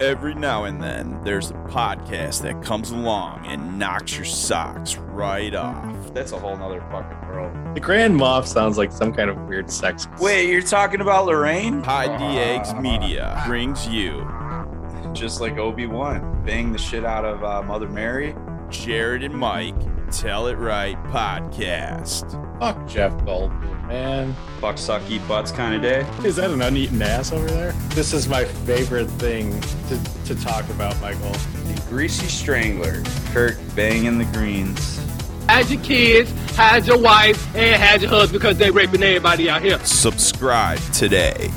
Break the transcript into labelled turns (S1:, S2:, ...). S1: every now and then there's a podcast that comes along and knocks your socks right off.
S2: That's a whole nother fucking world.
S3: The Grand Moff sounds like some kind of weird sex.
S2: Wait, you're talking about Lorraine?
S1: Hide the Eggs Media brings you
S2: Uh, Just like Obi Wan, bang the shit out of uh, Mother Mary.
S1: Jared and Mike Tell It Right Podcast.
S3: Fuck Jeff Goldblum, man.
S2: Fuck, suck, eat butts kind of day.
S3: Is that an uneaten ass over there? This is my favorite thing to, to talk about, Michael.
S2: The greasy strangler. Kirk banging the greens.
S4: Had your kids, had your wife, and had your husband because they raping everybody out here.
S1: Subscribe today.